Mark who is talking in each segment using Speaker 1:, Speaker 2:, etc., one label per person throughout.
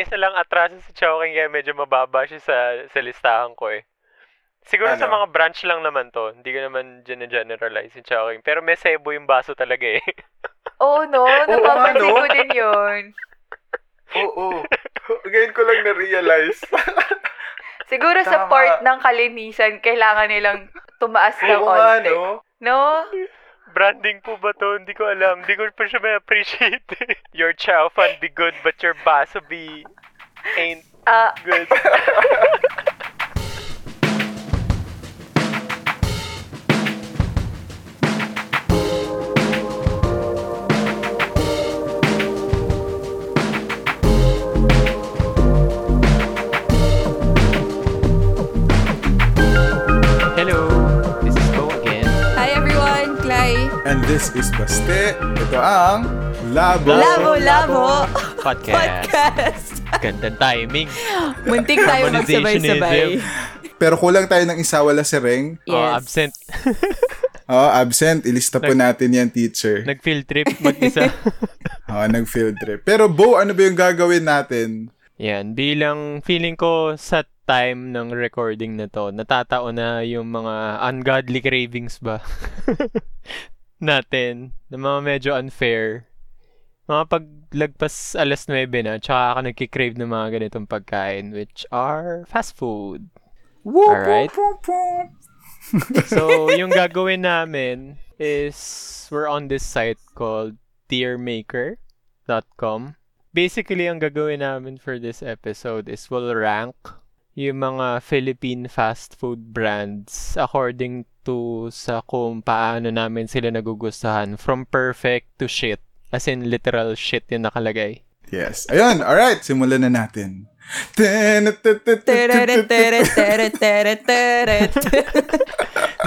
Speaker 1: isa lang atraso si Chowking kaya medyo mababa siya sa, sa listahan ko eh. Siguro sa
Speaker 2: Ano?
Speaker 1: mga branch lang naman to. Hindi ko naman generalize si Chowking. Pero may sebo yung baso talaga eh.
Speaker 3: Oo, no? Napapansin
Speaker 2: ano?
Speaker 3: ko din yun.
Speaker 2: Oo. Ngayon ko lang na-realize.
Speaker 3: Siguro sa
Speaker 2: Tama.
Speaker 3: part ng kalinisan, kailangan nilang tumaas ng
Speaker 2: Oo nga,
Speaker 3: onte.
Speaker 2: no?
Speaker 3: No?
Speaker 1: Branding po ba to? Hindi ko alam. Hindi ko pa siya may appreciate. your chow fun be good but your baso be ain't
Speaker 3: Ah,
Speaker 1: good.
Speaker 4: Hello, this is Bo again.
Speaker 5: Hi everyone, Clay.
Speaker 2: And this is Baste. Ito ang Labo.
Speaker 5: Labo Labo
Speaker 4: Podcast.
Speaker 5: Podcast.
Speaker 4: Gandang timing.
Speaker 5: Muntik tayo
Speaker 4: Harmonization
Speaker 5: magsabay-sabay.
Speaker 2: Pero kulang tayo ng isa, wala si Reng.
Speaker 5: Yes.
Speaker 4: Oh, absent.
Speaker 2: Oh, absent. Ilista po natin yan, teacher.
Speaker 4: Nag-field trip mag-isa.
Speaker 2: Oh, nag-field trip. Pero Bo, ano ba yung gagawin natin?
Speaker 4: Yan, bilang feeling ko sa time ng recording na to, natatao na yung mga ungodly cravings ba natin, na mga medyo unfair. Mga paglagpas alas 9 na, tsaka ka nagkikrave ng mga ganitong pagkain, which are fast food. Alright? So, yung gagawin namin is we're on this site called tiermaker.com. Basically, ang gagawin namin for this episode is we'll rank yung mga Philippine fast food brands according to sa kung paano namin sila nagugustuhan from perfect to shit. As in, literal shit yung nakalagay.
Speaker 2: Yes. Ayun, alright. Simulan na natin.
Speaker 5: Tereret, tereret, tereret, tereret, tereret.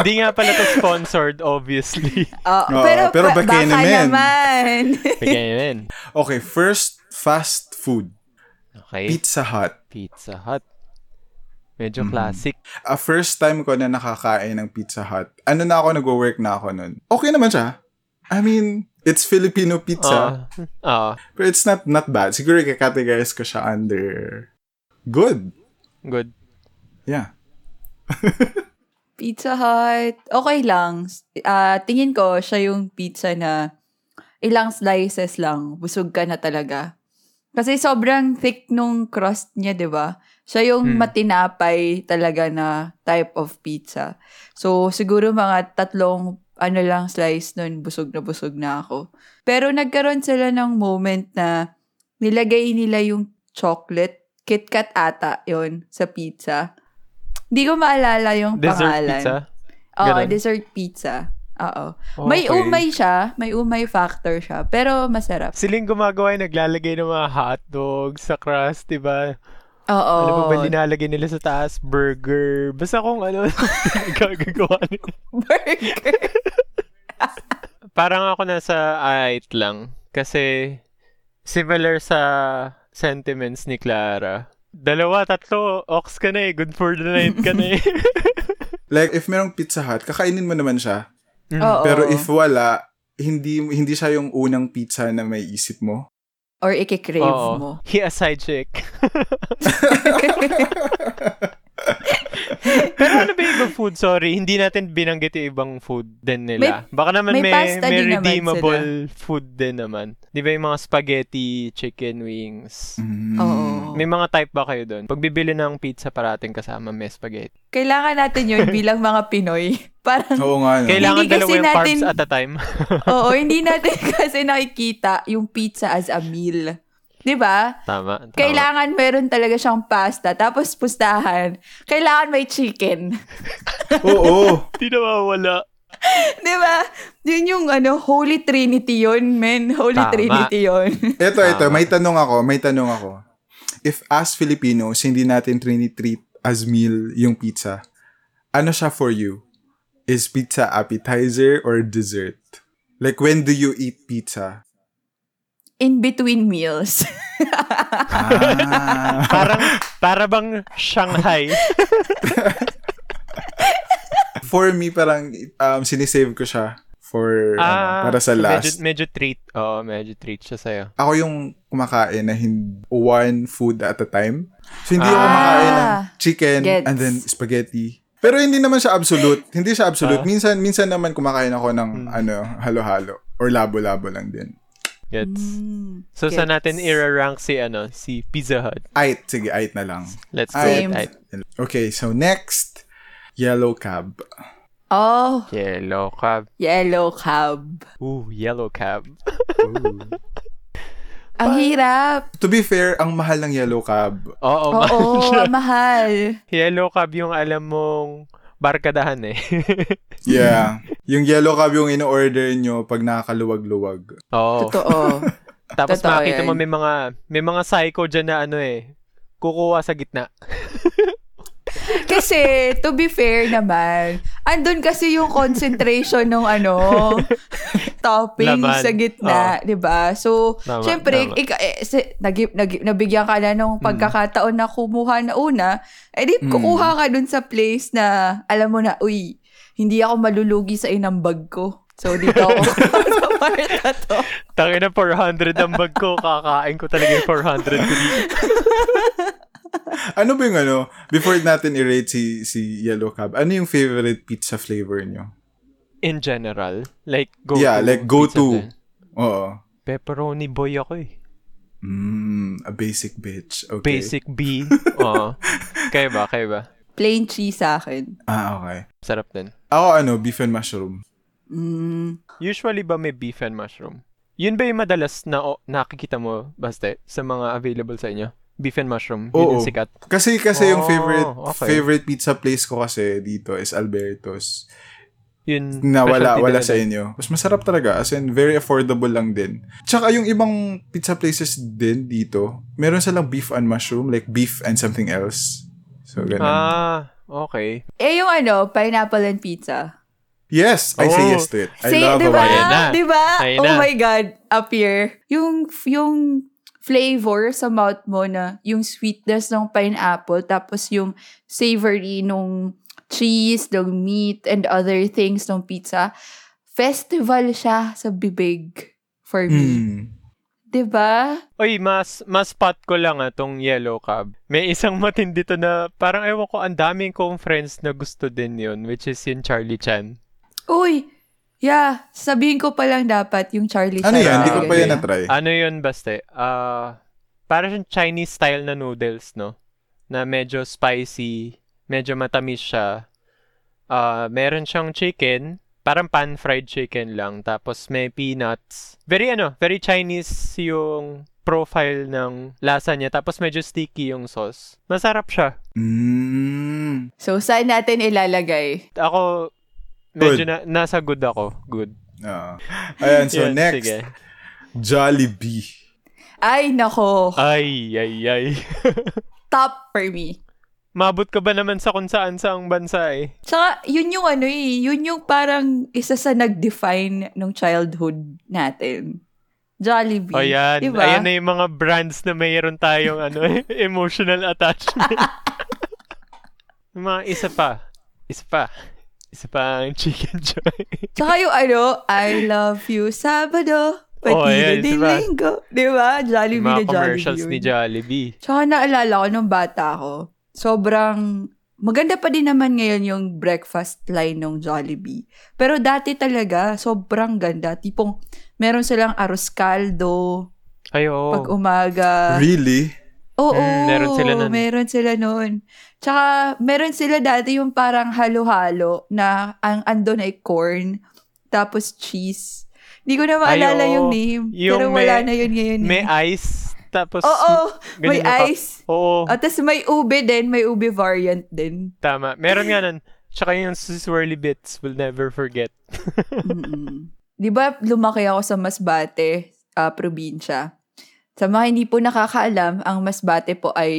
Speaker 4: Hindi nga pala to sponsored, obviously.
Speaker 5: Oh,
Speaker 2: Oo,
Speaker 5: pero,
Speaker 2: pero
Speaker 5: ba- baka
Speaker 2: baka naman.
Speaker 5: naman.
Speaker 4: Bigyan namin.
Speaker 2: Okay, first fast food.
Speaker 4: Okay.
Speaker 2: Pizza Hut.
Speaker 4: Pizza Hut. Medyo classic.
Speaker 2: A Ah, first time ko na nakakain ng Pizza Hut. Ano na ako, nag-work na ako nun. Okay naman siya. I mean, it's Filipino pizza.
Speaker 4: Ah, ah,
Speaker 2: Pero it's not not bad. Siguro i-categorize ko siya under good.
Speaker 4: good.
Speaker 2: Yeah.
Speaker 5: Pizza Hut, okay lang. Ah, tingin ko, siya yung pizza na ilang slices lang, busog ka na talaga. Kasi sobrang thick nung crust niya, di ba? Siya
Speaker 4: Hmm.
Speaker 5: yung matinapay talaga na type of pizza. So, siguro mga tatlong ano lang slice nun, busog na busog na ako. Pero nagkaroon sila ng moment na nilagay nila yung chocolate, KitKat ata yon sa pizza. Hindi ko maalala yung
Speaker 4: Dessert
Speaker 5: pangalan.
Speaker 4: pizza.
Speaker 5: Oo,
Speaker 4: Ganun.
Speaker 5: dessert pizza. Oo. May
Speaker 4: Okay.
Speaker 5: umay siya. May umay factor siya. Pero masarap.
Speaker 4: Siling gumagawa yung naglalagay ng mga hotdog sa crust, diba?
Speaker 5: Oo.
Speaker 4: Ano ba ba linalagay nila sa taas? Burger. Basta kung ano gagagawa nila.
Speaker 5: Burger.
Speaker 4: Parang ako nasa ait lang. Kasi similar sa sentiments ni Clara. Dalawa, tatlo, ox ka na eh. Good for the night ka na eh.
Speaker 2: Like, if merong Pizza Hut, kakainin mo naman siya.
Speaker 5: Oo.
Speaker 2: Pero if wala, hindi hindi siya yung unang pizza na may isip mo.
Speaker 5: Or ikikrave
Speaker 4: Oo.
Speaker 5: mo.
Speaker 4: He a side chick. Pero ano ba yung ibang food? Sorry, hindi natin binanggit yung ibang food din nila. Baka naman
Speaker 5: may
Speaker 4: may, may,
Speaker 5: pasta din naman
Speaker 4: redeemable food din naman. Di ba yung mga spaghetti, chicken wings?
Speaker 2: Mm.
Speaker 5: Oo.
Speaker 4: May mga type ba kayo doon? Pag bibili ng pizza parating kasama may spaghetti.
Speaker 5: Kailangan natin yun bilang mga Pinoy. Parang,
Speaker 2: Oo nga. No?
Speaker 4: Kailangan
Speaker 5: Hindi kasi
Speaker 4: dalawa yung carbs
Speaker 5: natin-
Speaker 4: at a time.
Speaker 5: oo, hindi natin kasi nakikita yung pizza as a meal. 'Di ba?
Speaker 4: tama, tama.
Speaker 5: Kailangan meron talaga siyang pasta. Tapos pustahan. Kailangan may chicken.
Speaker 2: Oo.
Speaker 4: Hindi nawawala.
Speaker 5: Di ba? Yun yung ano, Holy Trinity yun, men. Holy
Speaker 4: Tama.
Speaker 5: Trinity yun.
Speaker 2: Ito,
Speaker 5: Ah.
Speaker 2: ito.
Speaker 4: Tama.
Speaker 2: May tanong ako. May tanong ako. If as Filipinos, hindi natin trinitreat as meal yung pizza, ano siya for you? Is pizza appetizer or dessert? Like, when do you eat pizza?
Speaker 5: In between meals.
Speaker 2: Ah.
Speaker 4: Parang, para bang Shanghai.
Speaker 2: for me, parang um, sinisave ko siya for ano, para sa
Speaker 4: so
Speaker 2: last.
Speaker 4: Ah, Medyo, medyo treat. Oo, medyo treat siya sa'yo.
Speaker 2: Ako yung kumakain na hindi one food at a time. So hindi ako
Speaker 4: Ah.
Speaker 2: kumakain ng chicken
Speaker 5: Gets.
Speaker 2: and then spaghetti. Pero hindi naman siya absolute. Hindi siya
Speaker 4: Ah.
Speaker 2: absolute. Minsan minsan naman kumakain ako
Speaker 4: Hmm.
Speaker 2: ng ano, halo-halo or labo-labo lang din.
Speaker 4: Gets.
Speaker 5: Mm,
Speaker 4: So, sa
Speaker 5: gets.
Speaker 4: natin ira-rank si, ano, si Pizza Hut.
Speaker 2: Ait, sige, ait na lang.
Speaker 4: Let's go with
Speaker 2: Ait.
Speaker 5: Same.
Speaker 4: ait.
Speaker 2: Okay, so next, yellow cab.
Speaker 5: Oh,
Speaker 4: Yellow cab.
Speaker 5: yellow cab.
Speaker 4: Ooh, yellow cab.
Speaker 5: Ang hirap.
Speaker 2: To be fair, ang mahal ng yellow cab.
Speaker 4: Oo, ma-
Speaker 5: Oo, ang mahal.
Speaker 4: Yellow cab yung alam mong barkadahan eh.
Speaker 2: Yeah. yung yellow cab yung in-order nyo pag nakakaluwag-luwag.
Speaker 4: Oo.
Speaker 5: Totoo.
Speaker 4: Tapos
Speaker 5: Totoo
Speaker 4: makita
Speaker 5: yan.
Speaker 4: mo may mga may mga psycho dyan na ano eh. Kukuha sa gitna.
Speaker 5: Kasi, to be fair naman, andun kasi yung concentration ng ano, topping
Speaker 4: Laman.
Speaker 5: sa gitna, di ba? So,
Speaker 4: Oh. Tama,
Speaker 5: syempre,
Speaker 4: tama. Mm.
Speaker 5: ik- eh, si- nag- nag- nabigyan ka na ng pagkakataon na kumuha na una, eh di
Speaker 2: Mm.
Speaker 5: kukuha ka dun sa place na, alam mo na, uy, hindi ako malulugi sa inambag ko. So, dito ako sa part na to.
Speaker 4: Tangin na 400 ang bag ko. Kakain ko talaga yung 400 ko dito.
Speaker 2: Ano ba yung ano, before natin i-rate si, si yellow cab, ano yung favorite pizza flavor nyo?
Speaker 4: In general. Like, go
Speaker 2: Yeah,
Speaker 4: to.
Speaker 2: like go
Speaker 4: pizza
Speaker 2: to.
Speaker 4: din.
Speaker 2: Oo.
Speaker 4: Pepperoni boy ako eh.
Speaker 2: Mm, a basic bitch. Okay.
Speaker 4: Basic B. Oo. Kayo ba? Kayo ba?
Speaker 5: Plain cheese sa akin.
Speaker 2: Ah, okay.
Speaker 4: Sarap din.
Speaker 2: Ako ano, beef and mushroom.
Speaker 5: Mm,
Speaker 4: Usually ba may beef and mushroom? Yun ba yung madalas na o, nakikita mo, basta, sa mga available sa inyo? Beef and mushroom. Yun
Speaker 2: Oo.
Speaker 4: yung sikat.
Speaker 2: Kasi kasi yung
Speaker 4: Oh,
Speaker 2: favorite
Speaker 4: okay.
Speaker 2: favorite pizza place ko kasi dito is Alberto's.
Speaker 4: Yun,
Speaker 2: na wala
Speaker 4: specialty
Speaker 2: wala
Speaker 4: nila
Speaker 2: sa
Speaker 4: din.
Speaker 2: inyo. Mas masarap talaga as in very affordable lang din. Tsaka yung ibang pizza places din dito, meron silang beef and mushroom, like beef and something else. So ganun.
Speaker 4: Ah, okay.
Speaker 5: eh, yung ano, pineapple and pizza.
Speaker 2: yes, I say
Speaker 4: Oh.
Speaker 2: yes to it. I
Speaker 5: Say,
Speaker 2: love
Speaker 5: di
Speaker 2: diba?
Speaker 5: ba?
Speaker 4: Ayan na.
Speaker 5: Di ba?
Speaker 4: Ayan
Speaker 5: Oh
Speaker 4: na.
Speaker 5: my God, up here. Yung, yung flavor sa mouth mo na, yung sweetness ng pineapple, tapos yung savory nung cheese, ng meat, and other things ng pizza. Festival siya sa bibig for me.
Speaker 2: Mm.
Speaker 5: Di ba?
Speaker 4: Uy, mas mas spot ko lang ah, tong yellow cab. May isang matindi to na parang ewan ko, ang daming kong friends na gusto din yun, which is yung Charlie Chan.
Speaker 5: Uy, yeah, sabihin ko pa lang dapat yung Charlie
Speaker 2: Ano yan?
Speaker 5: Charlie
Speaker 2: Hindi ko pa
Speaker 5: yun
Speaker 2: yan
Speaker 5: eh.
Speaker 2: na-try.
Speaker 4: Ano yun, basta? Ah, parang siyang Chinese style na noodles, no? Na medyo spicy, medyo matamis siya. Ah, meron siyang chicken, parang pan-fried chicken lang, tapos may peanuts. Very ano, very Chinese yung profile ng lasa niya, tapos medyo sticky yung sauce. Masarap siya.
Speaker 2: Mm.
Speaker 5: So, saan natin ilalagay?
Speaker 4: ako, medyo na, nasa good ako. Good.
Speaker 2: Ah. Ayan, so
Speaker 4: Yun,
Speaker 2: next,
Speaker 4: sige.
Speaker 2: Jollibee.
Speaker 5: Ay, nako.
Speaker 4: Ay, ay, ay.
Speaker 5: Top for me.
Speaker 4: Mabot ka ba naman sa kung saan sa ang bansa eh?
Speaker 5: Tsaka, yun yung ano eh, yun yung parang isa sa nag-define ng childhood natin. Jollibee.
Speaker 4: O Oh, yan.
Speaker 5: Diba?
Speaker 4: Ayan na yung mga brands na mayroon tayong ano, eh, emotional attachment. Yung mga isa pa. Isa pa. Isa pa ang chicken joy.
Speaker 5: Tsaka yung ano, I love you Sabado, pati
Speaker 4: Oh, ayan,
Speaker 5: din
Speaker 4: diba?
Speaker 5: linggo. Diba?
Speaker 4: Yung
Speaker 5: Jollibee na
Speaker 4: mga
Speaker 5: Jollibee
Speaker 4: commercials
Speaker 5: yun.
Speaker 4: ni Jollibee.
Speaker 5: Tsaka naalala ko nung bata ko, sobrang maganda pa din naman ngayon yung breakfast line ng Jollibee. Pero dati talaga, sobrang ganda. Tipong, meron silang arroz caldo
Speaker 4: Ay, oo.
Speaker 5: pag um- umaga.
Speaker 2: Really?
Speaker 5: Oo,
Speaker 4: Mm, meron sila nun.
Speaker 5: meron sila nun. Tsaka, meron sila dati yung parang halo-halo na ang andon ay corn, tapos cheese. Hindi ko na maalala
Speaker 4: Ay, oo.
Speaker 5: yung name.
Speaker 4: Yung
Speaker 5: pero
Speaker 4: may-
Speaker 5: wala na yun ngayon. eh.
Speaker 4: May ice. Tapos,
Speaker 5: Oo,
Speaker 4: ganun yung
Speaker 5: may
Speaker 4: cup.
Speaker 5: ice.
Speaker 4: Oo.
Speaker 5: At tas may ube din, may ube variant din.
Speaker 4: Tama. Meron nga nun. Tsaka yung swirly bits will never forget.
Speaker 5: Mm-mm. Di ba lumaki ako sa Masbate, ah, probinsya? Sa mga hindi po nakakaalam, ang Masbate po ay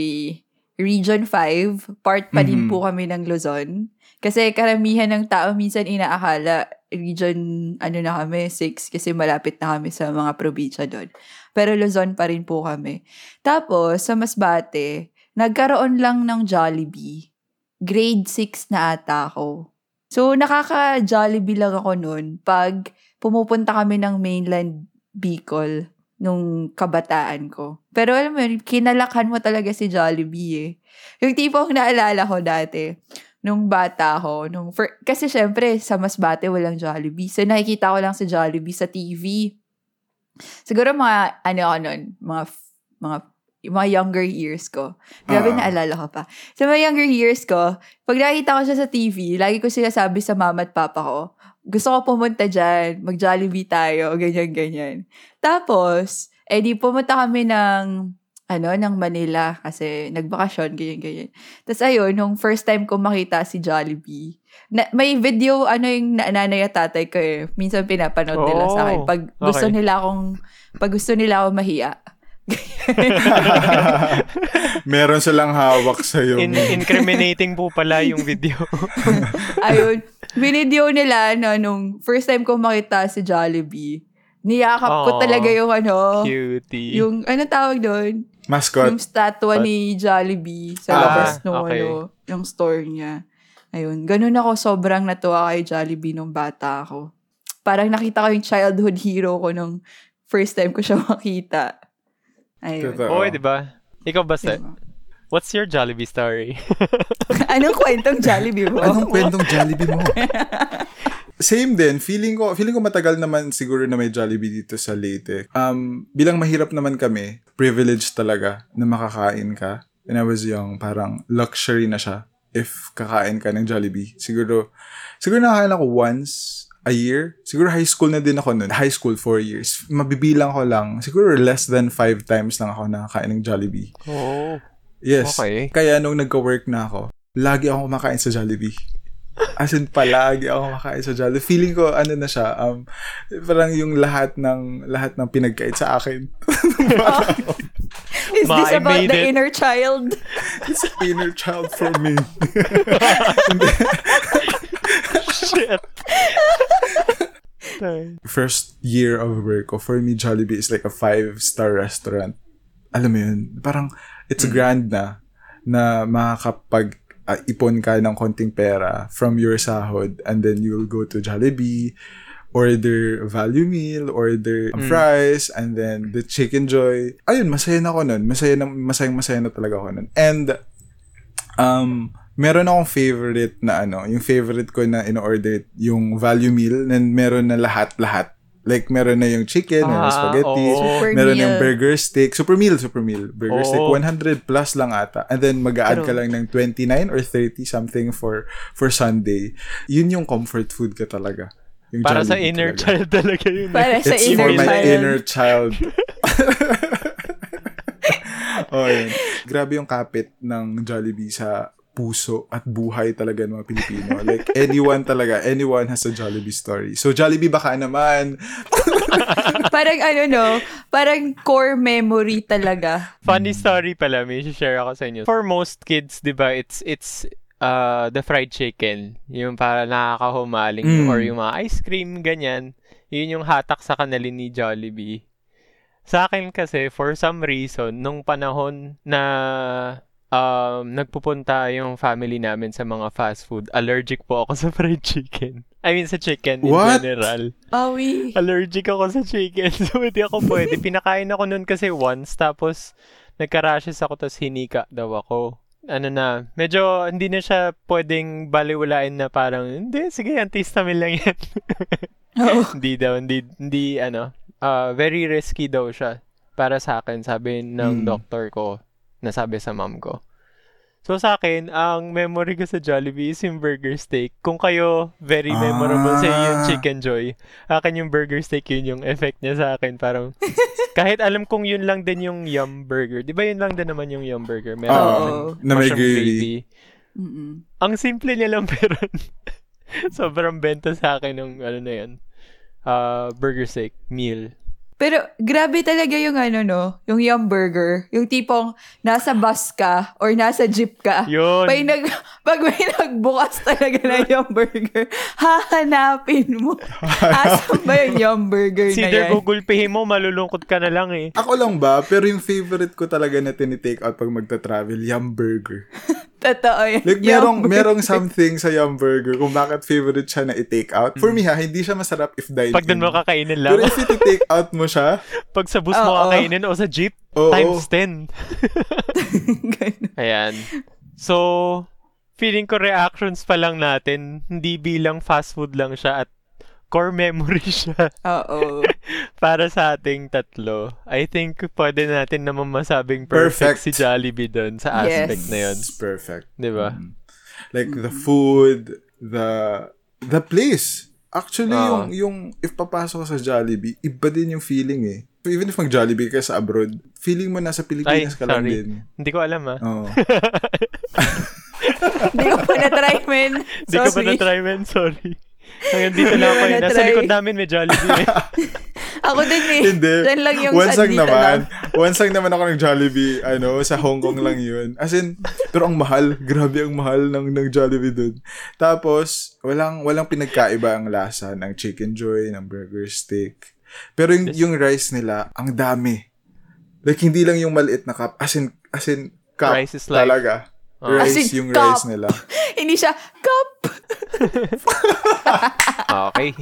Speaker 5: Region 5. Part pa din
Speaker 2: Mhm.
Speaker 5: po kami ng Luzon. Kasi karamihan ng tao minsan inaakala Region ano na kami, 6 kasi malapit na kami sa mga probinsya doon. Pero Luzon pa rin po kami. Tapos sa Masbate, nagkaroon lang ng Jollibee. Grade 6 na ata ako. So, nakaka-Jollibee lang ako noon pag pumupunta kami ng mainland Bicol nung kabataan ko. Pero alam mo yun, kinalakhan mo talaga si Jollibee eh. Yung tipong naalala ko dati, nung bata ko, nung fir- kasi syempre, sa Masbate walang Jollibee. So, nakikita ko lang si Jollibee sa TV. Siguro mga, ano ako nun, mga, f- mga, mga younger years ko. Grabe,
Speaker 2: Ah.
Speaker 5: naalala ko pa. Sa mga younger years ko, pag nakikita ko siya sa TV, lagi ko siya sabi sa mama at papa ko, gusto ko pumunta dyan, mag-Jollibee tayo, ganyan, ganyan. Tapos, eh di pumunta kami ng, ano, ng Manila kasi nagbakasyon, ganyan, ganyan. Tapos ayun, nung first time ko makita si Jollibee, na, may video, ano yung na- nanay at tatay ko eh. Minsan pinapanood nila sa akin.
Speaker 4: Oh,
Speaker 5: Pag gusto
Speaker 4: okay.
Speaker 5: nila akong, pag gusto nila akong mahiya.
Speaker 2: Meron silang hawak sa'yo.
Speaker 4: In- incriminating po pala yung video.
Speaker 5: Ayun, binideo nila na nung first time ko makita si Jollibee. Niyakap ko
Speaker 4: Aw,
Speaker 5: talaga yung ano,
Speaker 4: Cutie.
Speaker 5: yung ano tawag doon?
Speaker 2: Mascot.
Speaker 5: Yung statwa ni Jollibee sa
Speaker 2: Ah,
Speaker 5: labas nung
Speaker 4: okay.
Speaker 5: ano, yung store niya. Ayun, ganun ako sobrang natuwa kay Jollibee nung bata ako. Parang nakita ko yung childhood hero ko nung first time ko siya makita. Ayun.
Speaker 2: Totoo.
Speaker 4: Oy, di ba? Ikaw ba, Seth?
Speaker 5: Diba?
Speaker 4: What's your Jollibee story?
Speaker 5: Anong kwentong Jollibee mo?
Speaker 2: Anong kwentong Jollibee mo? Same din. Feeling ko, feeling ko matagal naman siguro na may Jollibee dito sa Leyte. Um, bilang mahirap naman kami, privileged talaga na makakain ka. When I was young, parang luxury na siya if kakain ka ng Jollibee. Siguro, siguro nakakain ako once a year. Siguro high school na din ako nun. High school, four years. Mabibilang ko lang. Siguro less than five times lang ako nakakain ng Jollibee.
Speaker 4: oh.
Speaker 2: Yes.
Speaker 4: Okay.
Speaker 2: Kaya nung nagka-work na ako, lagi akong kumakain sa Jollibee. As in, palagi ako kumakain sa Jollibee. Feeling ko, ano na siya, um, parang yung lahat ng, lahat ng pinagkait sa akin.
Speaker 5: Is
Speaker 4: Ma,
Speaker 5: this
Speaker 4: I
Speaker 5: about
Speaker 4: made
Speaker 5: the
Speaker 4: it.
Speaker 5: inner child?
Speaker 2: It's inner child for me.
Speaker 4: Shit.
Speaker 2: First year of work ko, for me, Jollibee is like a five-star restaurant. Alam mo yun, parang, it's
Speaker 4: Hmm.
Speaker 2: grand na, na makakapag ah, ipon ka ng konting pera from your sahod and then you will go to Jollibee order value meal, order
Speaker 4: Hmm.
Speaker 2: fries, and then the chicken joy. Ayun, masaya na ako nun. Masaya na, masayang masaya na talaga ako nun. And, um, meron akong favorite na ano, yung favorite ko na in-order yung value meal, na meron na lahat-lahat. Like, meron na yung chicken,
Speaker 4: Ah,
Speaker 2: meron yung spaghetti,
Speaker 4: oo.
Speaker 5: Super
Speaker 2: meron yung
Speaker 5: meal.
Speaker 2: burger steak, super meal, super meal, burger
Speaker 4: Oo.
Speaker 2: steak, 100 plus lang ata. And then, mag-a-add ka
Speaker 4: Pero-
Speaker 2: lang ng 29 or 30 something for for Sunday. Yun yung comfort food ka talaga. Yung
Speaker 4: Para sa
Speaker 2: Jollibee
Speaker 4: inner
Speaker 2: talaga.
Speaker 4: child talaga yun. eh.
Speaker 5: Para sa
Speaker 2: It's
Speaker 5: inner
Speaker 2: for my
Speaker 5: child.
Speaker 2: inner child. oh, yun. Grabe yung kapit ng Jollibee sa puso at buhay talaga ng mga Pilipino. Like, anyone talaga, anyone has a Jollibee story. So, Jollibee baka naman.
Speaker 5: parang ano no, parang core memory talaga.
Speaker 4: Funny story pala, may share ako sa inyo. For most kids, di ba, it's, it's uh, the fried chicken. Yung para nakakahumaling
Speaker 2: Mm.
Speaker 4: or yung mga ice cream, ganyan. Yun yung hatak sa kanali ni Jollibee. Sa akin kasi, for some reason, nung panahon na um, nagpupunta yung family namin sa mga fast food, allergic po ako sa fried chicken. I mean, sa chicken in
Speaker 2: What?
Speaker 4: general.
Speaker 5: Awi.
Speaker 4: Allergic ako sa chicken. So, hindi ako pwede. Pinakain ako nun kasi once. Tapos, nagka-rashes ako. Tapos, hinika daw ako. Ano na, medyo hindi na siya pwedeng baliwalain na parang, hindi, sige, antihistamine lang yan.
Speaker 5: Oo.
Speaker 4: hindi daw, hindi, hindi, ano, ah, very risky daw siya. Para sa akin, sabi ng
Speaker 2: Hmm.
Speaker 4: doktor ko, nasabi sa mom ko. So sa akin, ang memory ko sa Jollibee is yung burger steak. Kung kayo, very memorable sa inyo yung
Speaker 2: Ah.
Speaker 4: Chicken Joy. Akin yung burger steak, yun yung effect niya sa akin. Parang, kahit alam kong yun lang din yung Yum Burger. Di ba yun lang din naman yung Yum Burger? Meron
Speaker 2: Oo.
Speaker 4: din
Speaker 2: Na may
Speaker 4: mushroom
Speaker 2: gravy.
Speaker 5: Mm-mm.
Speaker 4: Ang simple niya lang pero sobrang benta sa akin ng ano na yun. Ah, burger steak meal.
Speaker 5: Pero grabe talaga yung ano no, yung Yum Burger. Yung tipong nasa bus ka or nasa jeep ka.
Speaker 4: Yun.
Speaker 5: Pag, nag, pag may nagbukas talaga na Yum Burger, hahanapin mo. Asan ba yung Yum Burger na
Speaker 4: Either
Speaker 5: yan?
Speaker 4: gugulpihin mo, malulungkot ka na lang eh.
Speaker 2: Ako lang ba? Pero yung favorite ko talaga na tinitake out pag magta-travel, yum burger.
Speaker 5: Totoo yun.
Speaker 2: Like,
Speaker 5: Yung
Speaker 2: merong,
Speaker 5: burger.
Speaker 2: merong something sa Yum Burger kung bakit favorite siya na i-take out. For me ha, hindi siya masarap if dine
Speaker 4: Pag doon
Speaker 2: in.
Speaker 4: mo kakainin
Speaker 2: Pero
Speaker 4: lang.
Speaker 2: if i-take out mo siya,
Speaker 4: Pag sa bus mo
Speaker 5: Oo.
Speaker 4: kakainin o sa jeep,
Speaker 2: oo.
Speaker 4: times 10.
Speaker 5: Ganun.
Speaker 4: Ayan. So, feeling ko reactions pa lang natin, hindi bilang fast food lang siya at core memory siya
Speaker 5: Oo.
Speaker 4: para sa ating tatlo. I think pwede natin naman masabing perfect,
Speaker 2: Perfect.
Speaker 4: si Jollibee doon sa aspect Ah,
Speaker 5: Yes.
Speaker 4: na yun.
Speaker 2: It's perfect.
Speaker 4: Di ba?
Speaker 2: Mm. Like the food, the the place. Actually,
Speaker 4: Ah.
Speaker 2: yung yung if papasok ka sa Jollibee, iba din yung feeling eh. So even if mag-Jollibee ka sa abroad, feeling mo nasa Pilipinas
Speaker 4: Ay,
Speaker 2: ka lang
Speaker 4: sorry.
Speaker 2: din.
Speaker 4: Hindi ko alam ah.
Speaker 2: Oo.
Speaker 5: Hindi ko pa na-try, men.
Speaker 4: Hindi ko pa
Speaker 5: Sorry.
Speaker 4: na-try man, sorry. Hanggang dito lang ako eh.
Speaker 5: Hindi ko
Speaker 4: Nasa
Speaker 5: na-try.
Speaker 4: likod namin may Jollibee eh.
Speaker 5: Ako din eh.
Speaker 2: Hindi.
Speaker 5: Yan lang yung
Speaker 2: Once lang
Speaker 5: sandita
Speaker 2: naman.
Speaker 5: lang.
Speaker 2: Once lang naman ako ng Jollibee. Ano, sa Hong Kong lang yun. As in, pero ang mahal. Grabe ang mahal ng, ng Jollibee dun. Tapos, walang, walang pinagkaiba ang lasa ng chicken joy, ng burger steak. Pero yung, yung rice nila, ang dami. Like, hindi lang yung maliit na cup. As in, as in, cup
Speaker 4: Rice is life.
Speaker 2: talaga.
Speaker 4: Oh.
Speaker 2: Rice
Speaker 5: As in,
Speaker 2: yung
Speaker 5: cup.
Speaker 2: rice nila.
Speaker 5: Hindi siya, cup!
Speaker 4: Okay.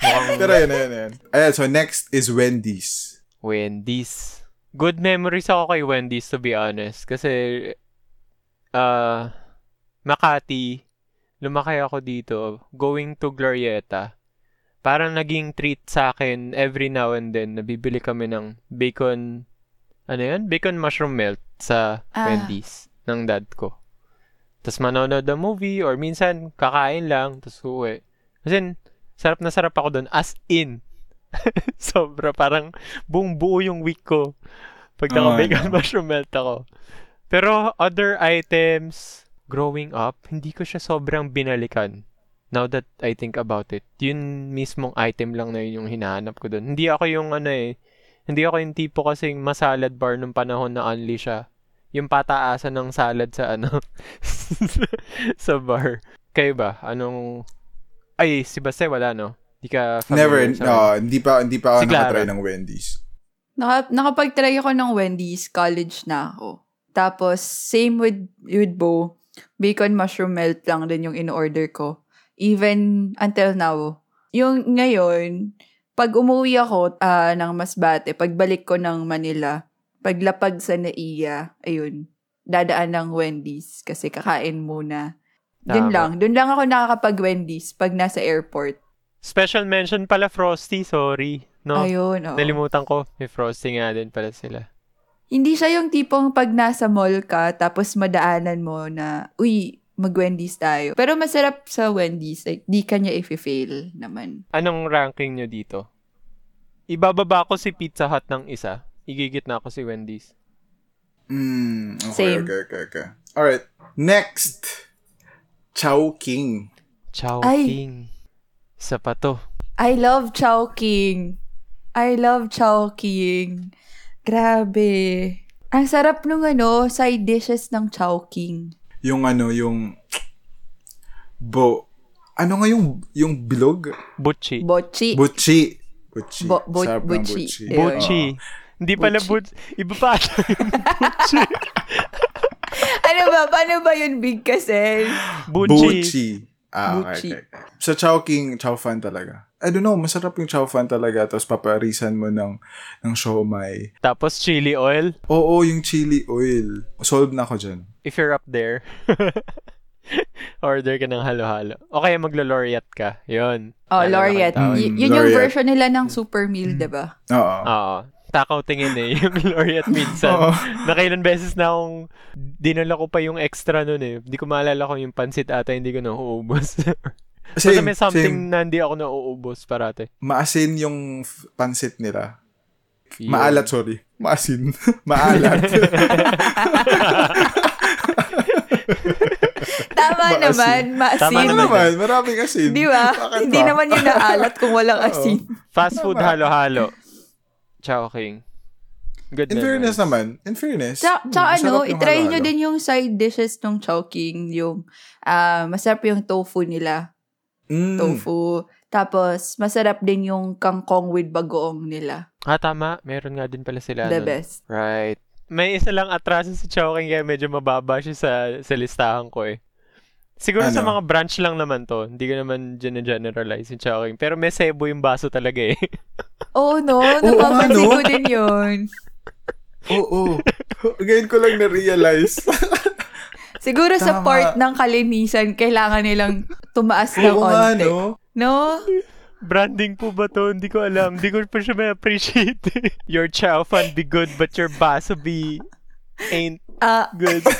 Speaker 4: Mukhang
Speaker 2: Pero yun, yun, yun. Ayan, so next is Wendy's.
Speaker 4: Wendy's. Good memories ako kay Wendy's to be honest. Kasi, ah, Makati, lumaki ako dito, going to Glorieta. Parang naging treat sa akin every now and then, nabibili kami ng bacon, ano yan? Bacon mushroom melt sa
Speaker 5: Ah.
Speaker 4: Wendy's ng dad ko. Tapos manonood ng movie or minsan kakain lang, tapos uwi. As in, sarap na sarap ako doon. As in. Sobra. Parang buong buo yung week ko. Pag
Speaker 2: Oo,
Speaker 4: naka-bacon
Speaker 2: ano.
Speaker 4: mushroom melt ako. Pero other items, growing up, hindi ko siya sobrang binalikan. Now that I think about it, yun mismong item lang na yun yung hinahanap ko doon. Hindi ako yung ano eh, hindi ako yung tipo kasing masalad bar nung panahon na only siya. Yung pataasan ng salad sa ano, sa bar. Kayo ba? Anong... Ay, si Base wala, no? Di ka
Speaker 2: Never,
Speaker 4: familiar sa
Speaker 2: no, hindi pa, hindi pa ako
Speaker 4: Si Clara.
Speaker 2: nakatry ng Wendy's.
Speaker 5: Naka, nakapag-try ako ng Wendy's, college na ako. Tapos, same with, with Bo, bacon mushroom melt lang din yung in-order ko. Even until now. Yung ngayon, pag umuwi ako ah, ng Masbate, pagbalik ko ng Manila, paglapag sa Naiya, ayun, dadaan ng Wendy's kasi kakain muna.
Speaker 4: Tama.
Speaker 5: Dun lang. Dun lang ako nakakapag-Wendy's pag nasa airport.
Speaker 4: Special mention pala Frosty, sorry. No?
Speaker 5: Ayun, oo.
Speaker 4: Nalimutan ko, may Frosty nga din pala sila.
Speaker 5: Hindi siya yung tipong pag nasa mall ka, tapos madaanan mo na, uy, mag-Wendy's tayo. Pero masarap sa Wendy's. Like, di ka niya i-fail naman.
Speaker 4: Anong ranking nyo dito? Ibababa ko si Pizza Hut ng isa. Igigit na ako si Wendy's.
Speaker 2: Mm, okay,
Speaker 5: Same.
Speaker 2: okay, okay, okay. Alright. Next. Chowking.
Speaker 4: Chow
Speaker 5: Ay.
Speaker 4: King. Isa pa to.
Speaker 5: I love Chowking. I love Chowking. Grabe. Ang sarap nung ano, side dishes ng Chowking.
Speaker 2: Yung ano, yung... Bo... Ano nga yung, yung bilog?
Speaker 4: Butchi.
Speaker 5: Bochi.
Speaker 2: Butchi. Butchi.
Speaker 5: Bo- bo- Eh.
Speaker 2: Sarap ng
Speaker 5: butchi.
Speaker 2: butchi.
Speaker 5: Ayun.
Speaker 4: Butchi. Hindi pala but...
Speaker 5: Butchi.
Speaker 4: Iba pa yung Butchi.
Speaker 5: ano ba? Paano ba yun big kasi?
Speaker 4: Butchi.
Speaker 2: Butchi. Ah,
Speaker 5: Butchi.
Speaker 2: okay, okay, okay. Sa Chowking, chow fan talaga. I don't know, masarap yung chow fan talaga. Tapos paparisan mo ng, ng siomay.
Speaker 4: Tapos chili oil.
Speaker 2: Oo, yung chili oil. Solve na ako dyan.
Speaker 4: if you're up there, order ka ng halo-halo. O kaya maglo-laureate ka. Yun.
Speaker 5: Oh,
Speaker 4: Tama naman
Speaker 5: Laureate.
Speaker 4: tawag.
Speaker 5: Y- yun yung
Speaker 2: Laureate.
Speaker 5: version nila ng super meal, di ba?
Speaker 2: Oo.
Speaker 4: Oo. Takaw tingin eh, yung laureate minsan.
Speaker 2: Oh. Oo.
Speaker 4: Nakailan beses na akong dinala ko pa yung extra nun eh. Hindi ko maalala kung yung pansit ata hindi ko nauubos. Kasi may something na hindi ako nauubos parate.
Speaker 2: maasin yung f- pansit nila.
Speaker 4: Yun.
Speaker 2: Maalat, sorry. Maasin. Maalat.
Speaker 5: Tama
Speaker 2: Maasin.
Speaker 5: naman. Maasin.
Speaker 4: Tama
Speaker 2: Ano naman? Maraming asin.
Speaker 5: Di ba?
Speaker 2: Bakit
Speaker 5: Hindi
Speaker 2: ba?
Speaker 5: naman yun naalat kung walang asin.
Speaker 4: Fast food
Speaker 2: Tama.
Speaker 4: halo-halo. Chow King. Good
Speaker 2: In fairness
Speaker 4: memories.
Speaker 2: naman. In fairness.
Speaker 5: Tsaka tsaka
Speaker 2: Hmm,
Speaker 5: ano,
Speaker 2: masarap yung
Speaker 5: itry nyo
Speaker 2: halo-halo.
Speaker 5: din yung side dishes ng Chowking. Yung ah, masarap yung tofu nila.
Speaker 2: Mm.
Speaker 5: Hmm. Tofu. Tapos, masarap din yung kangkong with bagoong nila.
Speaker 4: Ah, tama. Meron nga din pala sila.
Speaker 5: The
Speaker 4: nun.
Speaker 5: best.
Speaker 4: Right. May isa lang atraso sa Chowking kaya medyo mababa siya sa, sa listahan ko eh. Siguro sa
Speaker 2: Ano?
Speaker 4: mga branch lang naman to. Hindi ko naman generalize yung Chowking. Pero may sebo yung baso talaga eh.
Speaker 5: Oo, ano? no?
Speaker 2: nga,
Speaker 5: Napapansin
Speaker 2: no?
Speaker 5: ko din yun.
Speaker 2: Oo. Ngayon ko lang na-realize.
Speaker 5: Siguro sa
Speaker 2: Tama.
Speaker 5: part ng kalinisan, kailangan nilang tumaas ng
Speaker 2: Oo nga,
Speaker 5: onte.
Speaker 2: no?
Speaker 5: No?
Speaker 4: Branding po ba to? Hindi ko alam. Hindi ko pa siya may appreciate. your chow fun be good but your baso be ain't
Speaker 5: Ah,
Speaker 4: good.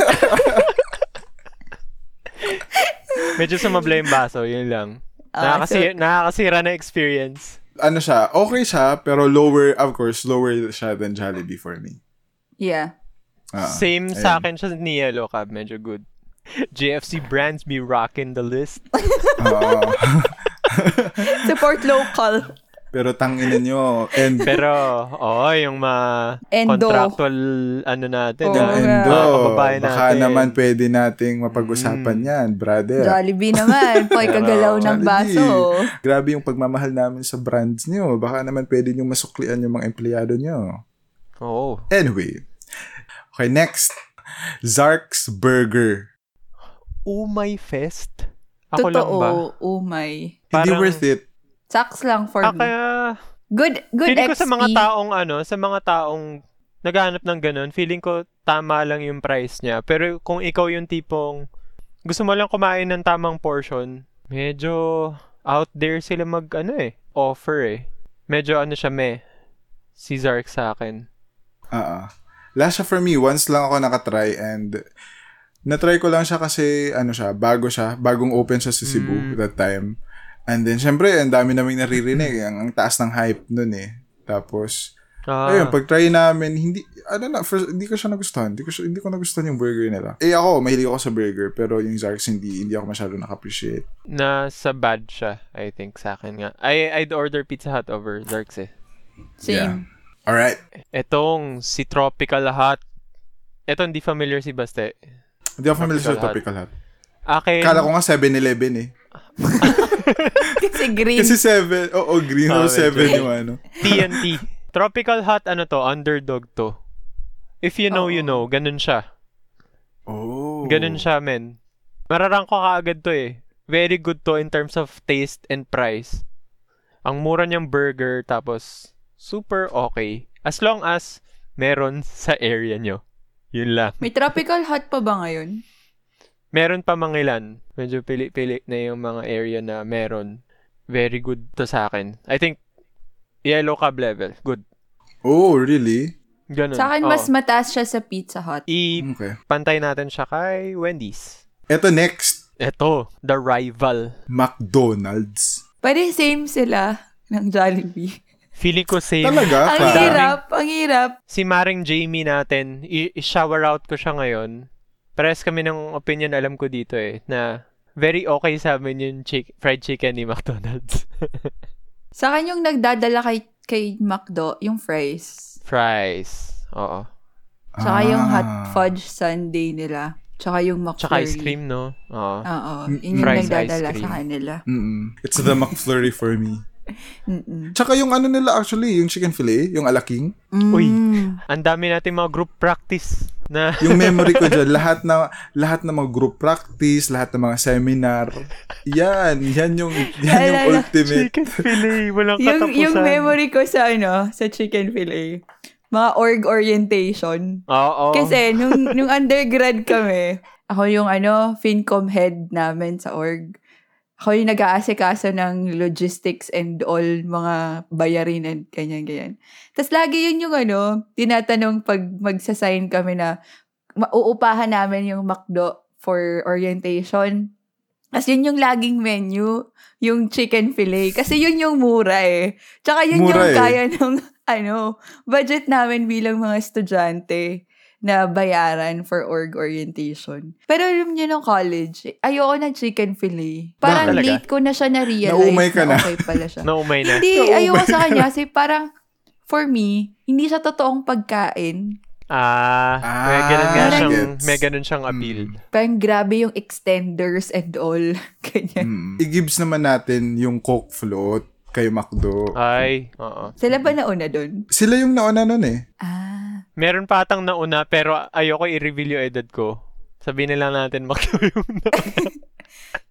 Speaker 4: Medyo sumabla yung baso, yun lang.
Speaker 5: ah, so-
Speaker 4: Nakakasi- nakakasira na experience.
Speaker 2: Ano siya, okay siya, pero lower, of course, lower siya than Jollibee for me.
Speaker 5: yeah.
Speaker 2: Ah,
Speaker 4: Same
Speaker 2: ayun.
Speaker 4: sa akin siya ni Yellow Cab. Medyo good. JFC brands be rocking the list.
Speaker 2: ah, Oo.
Speaker 5: Support local.
Speaker 2: pero tangina nyo. And
Speaker 4: Pero, oo, yung mga
Speaker 5: Endo.
Speaker 4: contractual ano natin. ah,
Speaker 5: Oo nga.
Speaker 2: Endo,
Speaker 4: mga kababae
Speaker 2: baka
Speaker 4: natin. Mm.
Speaker 2: naman pwede nating mapag-usapan yan, brother.
Speaker 5: Jollibee naman. Pakikagalaw ng
Speaker 2: Jollibee.
Speaker 5: baso.
Speaker 2: Grabe yung pagmamahal namin sa brands nyo. Baka naman pwede nyo masuklian yung mga empleyado nyo.
Speaker 4: Oo.
Speaker 2: Anyway. Okay, next. Zark's Burger.
Speaker 4: Oh, Umay Fest? Ako lang ba?
Speaker 5: Totoo. Oh Umay.
Speaker 2: Hindi
Speaker 4: Parang-
Speaker 2: worth it.
Speaker 5: Saks lang for
Speaker 4: Ah,
Speaker 5: me.
Speaker 4: kaya,
Speaker 5: Good, good
Speaker 4: feeling ko
Speaker 5: XP.
Speaker 4: sa mga taong ano, sa mga taong naghahanap ng ganun, feeling ko tama lang yung price niya. Pero kung ikaw yung tipong gusto mo lang kumain ng tamang portion, medyo out there sila mag ano eh, offer eh. Medyo ano siya me, si Zark sa akin.
Speaker 2: Oo. Ah, Last siya for me. Once lang ako nakatry and natry ko lang siya kasi ano siya, bago siya, bagong open siya sa Cebu that time. And then, syempre, ang dami naming naririnig. Ang, ang taas ng hype nun eh. Tapos,
Speaker 4: Ah,
Speaker 2: Ayun, pag-try namin, hindi, ano na, first, hindi ko siya nagustuhan. Hindi ko, siya- hindi ko nagustuhan yung burger nila. Eh ako, mahilig ako sa burger, pero yung Zarks hindi, hindi ako masyado naka-appreciate.
Speaker 4: nasa bad siya, I think, sa akin nga. I, I'd order Pizza Hut over Zark's eh.
Speaker 5: Same.
Speaker 2: Alright.
Speaker 4: Etong si Tropical Hut. Eto, hindi familiar si Baste.
Speaker 2: Hindi ako familiar sa
Speaker 4: Tropical Hut.
Speaker 2: Tropical Hut.
Speaker 4: Akin,
Speaker 2: Kala ko nga 7-Eleven eh.
Speaker 5: Kasi green.
Speaker 2: Kasi 7, oo, green
Speaker 4: Ah,
Speaker 2: or
Speaker 4: medyo.
Speaker 2: 7 yung ano.
Speaker 4: TNT. Tropical Hot, ano to, underdog to. If you know, you
Speaker 5: Oo.
Speaker 4: know. Ganun siya.
Speaker 2: Oh.
Speaker 4: Ganun siya, men. Mararang ko kaagad to eh. Very good to in terms of taste and price. Ang mura niyang burger, tapos super okay. As long as meron sa area nyo. Yun lang.
Speaker 5: May tropical hot pa ba ngayon?
Speaker 4: Meron pa mga ilan. Medyo pili-pili na yung mga area na meron. Very good to sa akin. I think, yellow cab level. Good.
Speaker 2: Oh, really?
Speaker 4: Ganun. Oh. E
Speaker 5: Sa akin,
Speaker 4: Oo.
Speaker 5: mas mataas siya sa Pizza Hut.
Speaker 4: I
Speaker 2: Okay.
Speaker 4: pantay natin siya kay Wendy's.
Speaker 2: Eto next,
Speaker 4: Eto, the rival.
Speaker 2: McDonald's.
Speaker 5: Pwede same sila ng Jollibee.
Speaker 4: Feeling ko same.
Speaker 2: Talaga?
Speaker 5: ang
Speaker 2: Clara?
Speaker 4: Daming-
Speaker 5: hirap, ang hirap.
Speaker 4: Si Maring Jamie natin, i- i-shower out ko siya ngayon. Pares kami ng opinion alam ko dito eh, na very okay sa amin yung chick- fried chicken ni McDonald's.
Speaker 5: Sa akin yung nagdadala kay, kay McDo, yung fries.
Speaker 4: Fries. Oo.
Speaker 5: Tsaka yung
Speaker 2: Ah.
Speaker 5: hot fudge sundae nila. Tsaka yung McFlurry.
Speaker 4: Tsaka ice cream, no? Oo.
Speaker 5: Oo,
Speaker 2: Mm,
Speaker 5: yun yung
Speaker 4: fries,
Speaker 5: nagdadala
Speaker 4: ice cream.
Speaker 5: sa kanila.
Speaker 2: Mm-mm. It's the McFlurry for me.
Speaker 5: Mm-mm.
Speaker 2: Tsaka yung ano nila actually, yung chicken fillet, yung alaking.
Speaker 4: Uy.
Speaker 5: Mm.
Speaker 4: Ang dami nating mga group practice na
Speaker 2: yung memory ko dyan, lahat na lahat ng mga group practice, lahat ng mga seminar. Yan, yan yung yan yung
Speaker 5: Alala,
Speaker 2: ultimate.
Speaker 4: chicken fillet, walang
Speaker 5: Yung,
Speaker 4: katapusan.
Speaker 5: yung memory ko sa ano, sa chicken fillet, mga org orientation.
Speaker 4: Oo.
Speaker 5: Kasi nung, nung undergrad kami, ako yung ano, FinCom head namin sa org. Ako yung nag-aasikaso ng logistics and all mga bayarin and ganyan-ganyan. Tapos lagi yun yung ano, tinatanong pag magsasign kami na mauupahan namin yung McDo for orientation. Tapos yun yung laging menu, yung chicken fillet. Kasi yun yung mura eh. Tsaka yun
Speaker 2: Mura
Speaker 5: yung
Speaker 2: eh.
Speaker 5: kaya ng ano, budget namin bilang mga estudyante na bayaran for org orientation. Pero alam niyo nung college, ayoko ng chicken fillet. Parang
Speaker 4: Talaga?
Speaker 5: late ko na siya na-realize
Speaker 2: Naumay Ah, ka na.
Speaker 5: okay pala siya.
Speaker 4: Naumay na.
Speaker 5: Hindi,
Speaker 2: Naumay
Speaker 5: ayoko sa kanya. Kasi parang, for me, hindi siya totoong pagkain.
Speaker 4: Ah, may
Speaker 2: Ah,
Speaker 4: ganun nga
Speaker 5: parang-
Speaker 4: siyang,
Speaker 2: Gets. Mm.
Speaker 4: may ganun siyang appeal.
Speaker 5: Parang grabe yung extenders and all. Ganyan.
Speaker 2: Mm. I-gives naman natin yung Coke float kay McDo.
Speaker 4: Ay, oo.
Speaker 5: Sila ba nauna dun?
Speaker 2: Sila yung nauna nun eh.
Speaker 5: Ah.
Speaker 4: Meron pa atang nauna, pero ayoko i-reveal yung edad ko. Sabihin na lang natin makiyaw yung nauna.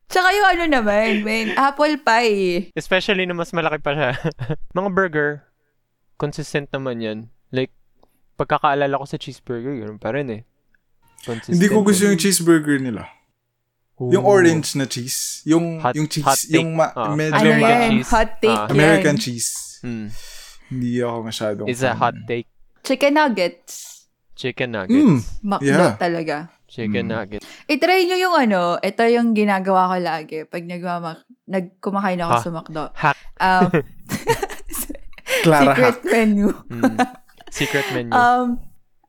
Speaker 5: Tsaka yung ano naman, man, apple pie.
Speaker 4: Especially na mas malaki pa siya. Mga burger, consistent naman yan. Like, pagkakaalala ko sa cheeseburger, yun pa rin eh. Consistent.
Speaker 2: Hindi ko gusto yung cheeseburger nila.
Speaker 4: Ooh.
Speaker 2: Yung orange na cheese. Yung,
Speaker 4: Hot-
Speaker 2: yung cheese,
Speaker 4: hot take.
Speaker 2: yung ma-
Speaker 4: Ah.
Speaker 2: medyo
Speaker 5: Ano
Speaker 4: American
Speaker 2: ma-
Speaker 5: yan?
Speaker 4: cheese.
Speaker 5: Hot take
Speaker 4: Ah.
Speaker 5: yan.
Speaker 2: American cheese.
Speaker 4: Mm.
Speaker 2: Hindi ako masyadong
Speaker 4: It's a
Speaker 2: fan.
Speaker 4: hot take.
Speaker 5: Chicken nuggets.
Speaker 4: Chicken
Speaker 2: Mm.
Speaker 4: nuggets.
Speaker 5: Makdo
Speaker 2: Yeah.
Speaker 5: talaga.
Speaker 4: Chicken
Speaker 2: Mm.
Speaker 4: nuggets.
Speaker 5: I-try nyo yung ano, ito yung ginagawa ko lagi pag nagmamak, nagkumakain ako
Speaker 4: Ha?
Speaker 5: sa McDo.
Speaker 4: Hack.
Speaker 5: Um,
Speaker 2: Clara
Speaker 5: secret
Speaker 2: Hack.
Speaker 5: menu.
Speaker 4: Mm. Secret menu.
Speaker 5: Um,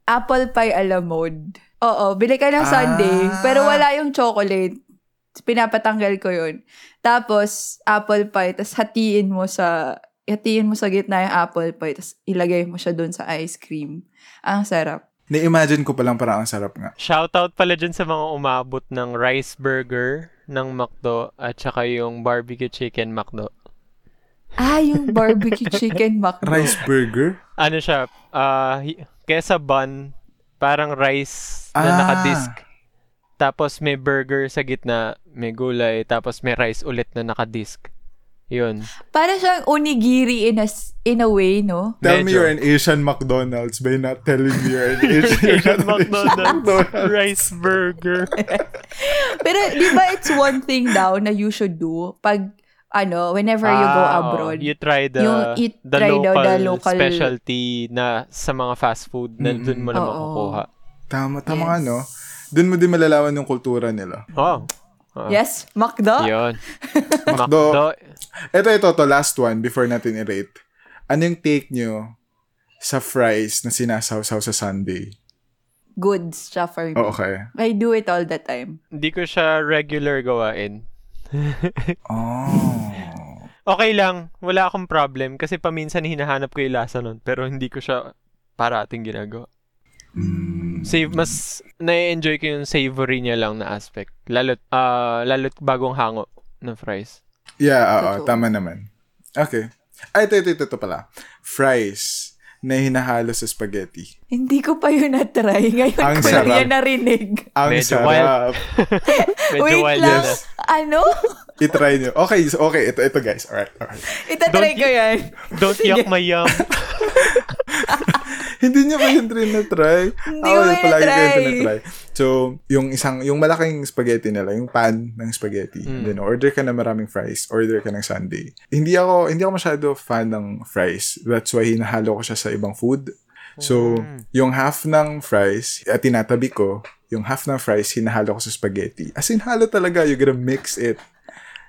Speaker 5: apple pie a la mode. Oo, bili ka ng sundae,
Speaker 2: Ah.
Speaker 5: pero wala yung chocolate. Pinapatanggal ko yun. Tapos, apple pie, tas hatiin mo sa, hatiin mo sa gitna yung apple pie, tas ilagay mo siya dun sa ice cream. Ang sarap.
Speaker 2: Na-imagine ko palang parang ang sarap nga.
Speaker 4: Shoutout pala dyan sa mga umabot ng rice burger ng McDo at saka yung barbecue chicken McDo.
Speaker 5: Ah, yung barbecue chicken McDo.
Speaker 2: Rice burger?
Speaker 4: Ano siya? ah, hi- kesa bun, parang rice na
Speaker 2: Ah.
Speaker 4: nakadisk. Tapos may burger sa gitna, may gulay, tapos may rice ulit na nakadisk. Yun.
Speaker 5: Para siyang onigiri in a, s- in a way, no?
Speaker 2: Tell me
Speaker 4: Medyo.
Speaker 2: you're an Asian McDonald's by not telling me you're an Asian, you're
Speaker 4: Asian
Speaker 2: not an Asian
Speaker 4: McDonald's rice burger.
Speaker 5: Pero di ba it's one thing daw na you should do pag, ano, whenever you go
Speaker 4: Ah, oo.
Speaker 5: abroad.
Speaker 4: You try the,
Speaker 5: Yung eat-
Speaker 4: the,
Speaker 5: try
Speaker 4: local
Speaker 5: daw the local-
Speaker 4: specialty na sa mga fast food na
Speaker 2: Mm-mm.
Speaker 4: dun mo na
Speaker 5: Oo.
Speaker 4: makukuha.
Speaker 2: Tama, tama
Speaker 5: Yes.
Speaker 2: nga, no? Doon mo din malalaman yung kultura nila.
Speaker 4: Oh.
Speaker 5: Yes, McDo.
Speaker 4: Yun.
Speaker 2: McDo. Ito, ito, to last one before natin i-rate. Ano yung take nyo sa fries na sinasaw-saw sa Sunday?
Speaker 5: Goods siya for me.
Speaker 2: Oh, okay.
Speaker 5: I do it all the time.
Speaker 4: Hindi ko siya regular gawain.
Speaker 2: Oh.
Speaker 4: Okay lang. Wala akong problem. Kasi paminsan hinahanap ko yung lasa nun. Pero hindi ko siya parating ginagawa. Save, mas nai-enjoy ko yung savory niya lang na aspect. Lalo't, ah lalo't bagong hango ng fries.
Speaker 2: Yeah, oo,
Speaker 5: Totoo.
Speaker 2: tama naman. Okay. Ay, ito, ito, ito, ito pala. Fries na hinahalo sa spaghetti.
Speaker 5: Hindi ko pa yun na-try. Ngayon
Speaker 2: Ang
Speaker 5: ko lang
Speaker 2: sarap.
Speaker 5: yan narinig.
Speaker 2: Ang
Speaker 4: Medyo
Speaker 2: sarap.
Speaker 4: wild. Medyo
Speaker 5: Wait
Speaker 4: wild
Speaker 5: lang.
Speaker 4: na.
Speaker 5: Ano?
Speaker 2: I-try nyo. Okay, so- okay. Ito, ito guys. Alright, alright.
Speaker 5: Itatry
Speaker 4: Don't
Speaker 5: ko yan.
Speaker 4: Don't yuck my yum.
Speaker 2: Hindi niya ba yun rin na-try?
Speaker 5: Hindi ko
Speaker 2: yun,
Speaker 5: pa
Speaker 2: palagi ko yun
Speaker 5: na-try.
Speaker 2: tinatry. So, yung isang, yung malaking spaghetti nila, yung pan ng spaghetti.
Speaker 4: Mm.
Speaker 2: Then, order ka na maraming fries. Order ka ng sundae. Hindi ako, hindi ako masyado fan ng fries. That's why hinahalo ko siya sa ibang food. So,
Speaker 4: Mm.
Speaker 2: yung half ng fries, at tinatabi ko, yung half ng fries, hinahalo ko sa spaghetti. As in, halo talaga. You're gonna mix it.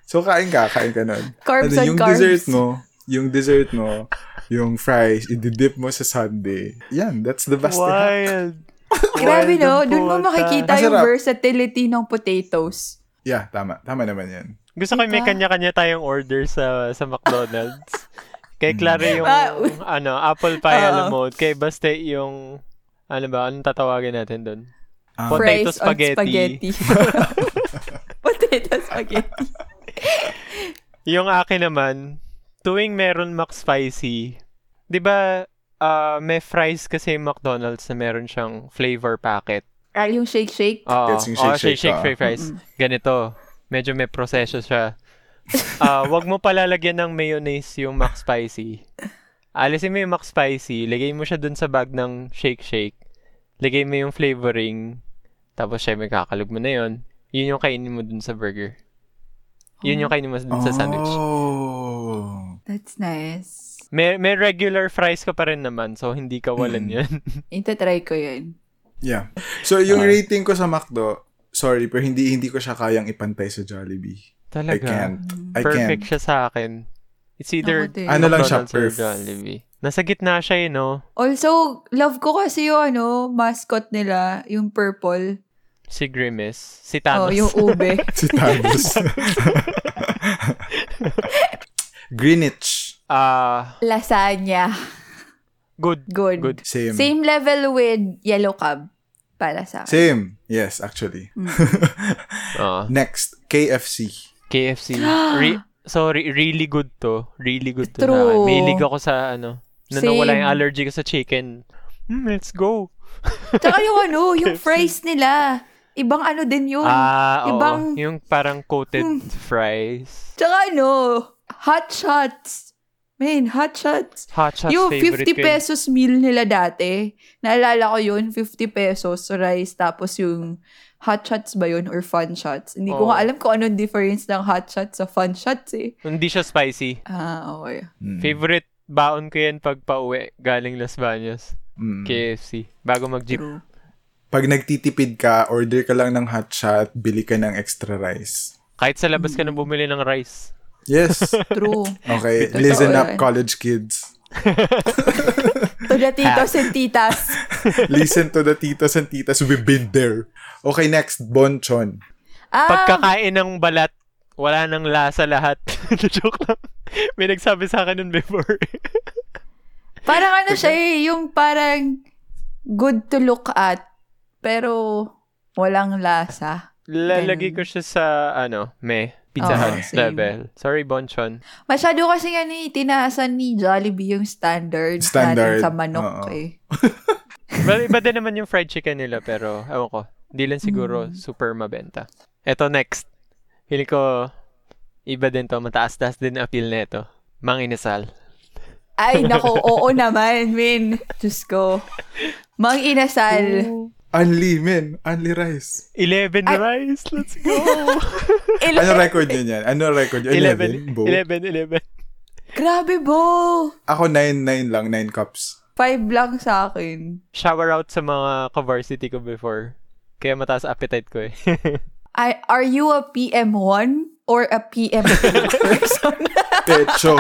Speaker 2: So, kain ka. Kain ka nun.
Speaker 5: Carbs on
Speaker 2: Ano, yung
Speaker 5: carbs.
Speaker 2: dessert mo, yung dessert mo, yung fries, ididip mo sa sundae. Yan, that's the best thing.
Speaker 4: Wild.
Speaker 5: Grabe
Speaker 4: Wild
Speaker 5: no,
Speaker 4: ang
Speaker 5: dun mo
Speaker 4: puta.
Speaker 5: makikita
Speaker 2: Ang
Speaker 5: yung
Speaker 2: sarap.
Speaker 5: versatility ng potatoes.
Speaker 2: Yeah, tama. Tama naman yan.
Speaker 4: Gusto ko yung may
Speaker 5: Diba?
Speaker 4: kanya-kanya tayong order sa sa McDonald's. Kay Clara yung
Speaker 5: Ah, u-
Speaker 4: ano, apple pie
Speaker 5: Oo.
Speaker 4: alam mo. Kay Baste yung ano ba, anong tatawagin natin doon?
Speaker 2: Ah.
Speaker 4: Potato
Speaker 5: Fries on
Speaker 4: spaghetti.
Speaker 5: spaghetti. Potato spaghetti.
Speaker 4: Yung akin naman, tuwing meron McSpicy, 'di ba ah, may fries kasi yung McDonald's na meron siyang flavor packet.
Speaker 5: Ah, yung shake-shake.
Speaker 4: Oo,
Speaker 2: Gets yung
Speaker 4: oo,
Speaker 2: shake-shake,
Speaker 4: shake, shake,
Speaker 2: ah.
Speaker 4: fake fries. Ganito, medyo may proseso siya. Ah, wag mo palalagyan ng mayonnaise yung McSpicy. Alisin mo yung McSpicy, lagay mo siya dun sa bag ng shake shake. Lagay mo yung flavoring, tapos syempre kakalog mo na yun. Yun yung kainin mo dun sa burger. Yun yung kainin mo dun sa sandwich.
Speaker 2: Oh.
Speaker 5: That's nice.
Speaker 4: May, may regular fries ka pa rin naman, so hindi ka walan
Speaker 2: Mm.
Speaker 4: yun.
Speaker 5: Itatry ko yan.
Speaker 2: Yeah. So, yung
Speaker 4: Ah.
Speaker 2: rating ko sa McDo, sorry, pero hindi hindi ko siya kayang ipantay sa Jollibee. I
Speaker 4: Talaga.
Speaker 2: can't. I
Speaker 4: Perfect
Speaker 2: can't.
Speaker 4: siya sa akin. It's either
Speaker 5: Ako eh. din.
Speaker 2: Ano lang siya,
Speaker 4: McDonald's or
Speaker 2: perf.
Speaker 4: Jollibee. Nasa gitna siya, you know?
Speaker 5: Also, love ko kasi yung ano, mascot nila, yung purple.
Speaker 4: Si Grimace. Si
Speaker 5: Oh,
Speaker 4: Thanos.
Speaker 5: yung ube.
Speaker 2: Si Thanos. Greenwich.
Speaker 4: Ah,
Speaker 5: Lasagna.
Speaker 4: good.
Speaker 5: Good.
Speaker 4: Good.
Speaker 2: Same. Same.
Speaker 5: Same level with yellow cab para sa akin.
Speaker 2: Yes, actually.
Speaker 5: Mm.
Speaker 4: Ah,
Speaker 2: Next, KFC.
Speaker 4: KFC. Re- sorry, really good to. Really good to na.
Speaker 5: True.
Speaker 4: Mahilig ako sa ano. Na nawala
Speaker 5: Same.
Speaker 4: yung allergy ko sa chicken. Hmm, let's go.
Speaker 5: Tsaka yung ano, yung fries nila. Ibang ano din yun.
Speaker 4: Ah, oo.
Speaker 5: ibang-
Speaker 4: Yung parang coated
Speaker 5: Hmm.
Speaker 4: fries.
Speaker 5: Tsaka ano, hot shots. Man, hot shots.
Speaker 4: Hot shots
Speaker 5: yung
Speaker 4: favorite
Speaker 5: 50
Speaker 4: ko yun.
Speaker 5: pesos meal nila dati. Naalala ko yun, 50 pesos rice tapos yung hot shots ba yun or fun shots. Hindi ko
Speaker 4: Oo.
Speaker 5: nga alam kung anong difference ng hot shots sa fun shots eh.
Speaker 4: Hindi siya spicy.
Speaker 5: Ah, okay.
Speaker 2: Mm.
Speaker 4: Favorite baon ko yan pag pauwi galing Las Baños.
Speaker 2: Mm.
Speaker 4: KFC. Bago mag-jeep.
Speaker 5: True.
Speaker 2: Pag nagtitipid ka, order ka lang ng hotshot, bili ka ng extra rice.
Speaker 4: Kahit sa labas ka na
Speaker 2: Mm.
Speaker 4: bumili ng rice.
Speaker 2: Yes.
Speaker 5: True.
Speaker 2: Okay,
Speaker 5: Totoo
Speaker 2: listen
Speaker 5: yan.
Speaker 2: up college kids.
Speaker 5: to the titos and titas.
Speaker 2: Listen to the titas and titas, we've been there. Okay, next, bonchon.
Speaker 5: Ah,
Speaker 4: Pagkakain ng balat, wala nang lasa lahat. Joke lang. May nagsabi sa akin nun before.
Speaker 5: parang ano siya eh, yung parang good to look at pero walang lasa.
Speaker 4: Lalagay ko
Speaker 5: Ganun.
Speaker 4: siya sa, ano, me. Pizza
Speaker 5: Oo,
Speaker 4: Hut
Speaker 5: same.
Speaker 4: level. Sorry, Bonchon.
Speaker 5: Masyado kasi yan eh, tinaasan ni Jollibee yung standard,
Speaker 2: Standard,
Speaker 5: natin sa manok
Speaker 2: oo.
Speaker 5: eh.
Speaker 4: Well, iba din naman yung fried chicken nila, pero, ewan ko. Di lang siguro
Speaker 5: Mm.
Speaker 4: super mabenta. Eto, next. Feeling ko, iba din to. Mataas-taas din ang appeal nito. Mang inasal.
Speaker 5: Ay, nako, oo naman, min. Diyos ko. Mang inasal.
Speaker 2: Anli, men. Anli rice.
Speaker 4: 11
Speaker 5: Ay-
Speaker 4: rice. Let's go.
Speaker 5: Ele-
Speaker 2: Ano record nyo niyan? Ano record nyo?
Speaker 4: 11.
Speaker 2: 11? Bo?
Speaker 4: 11, 11.
Speaker 5: Grabe, Bo.
Speaker 2: Ako 9, 9 lang, 9 cups.
Speaker 5: Five lang sa akin.
Speaker 4: Shower out sa mga ka-varsity ko before. Kaya mataas appetite ko eh.
Speaker 5: I, are you a PM1 or a PM2 person?
Speaker 2: Pecho.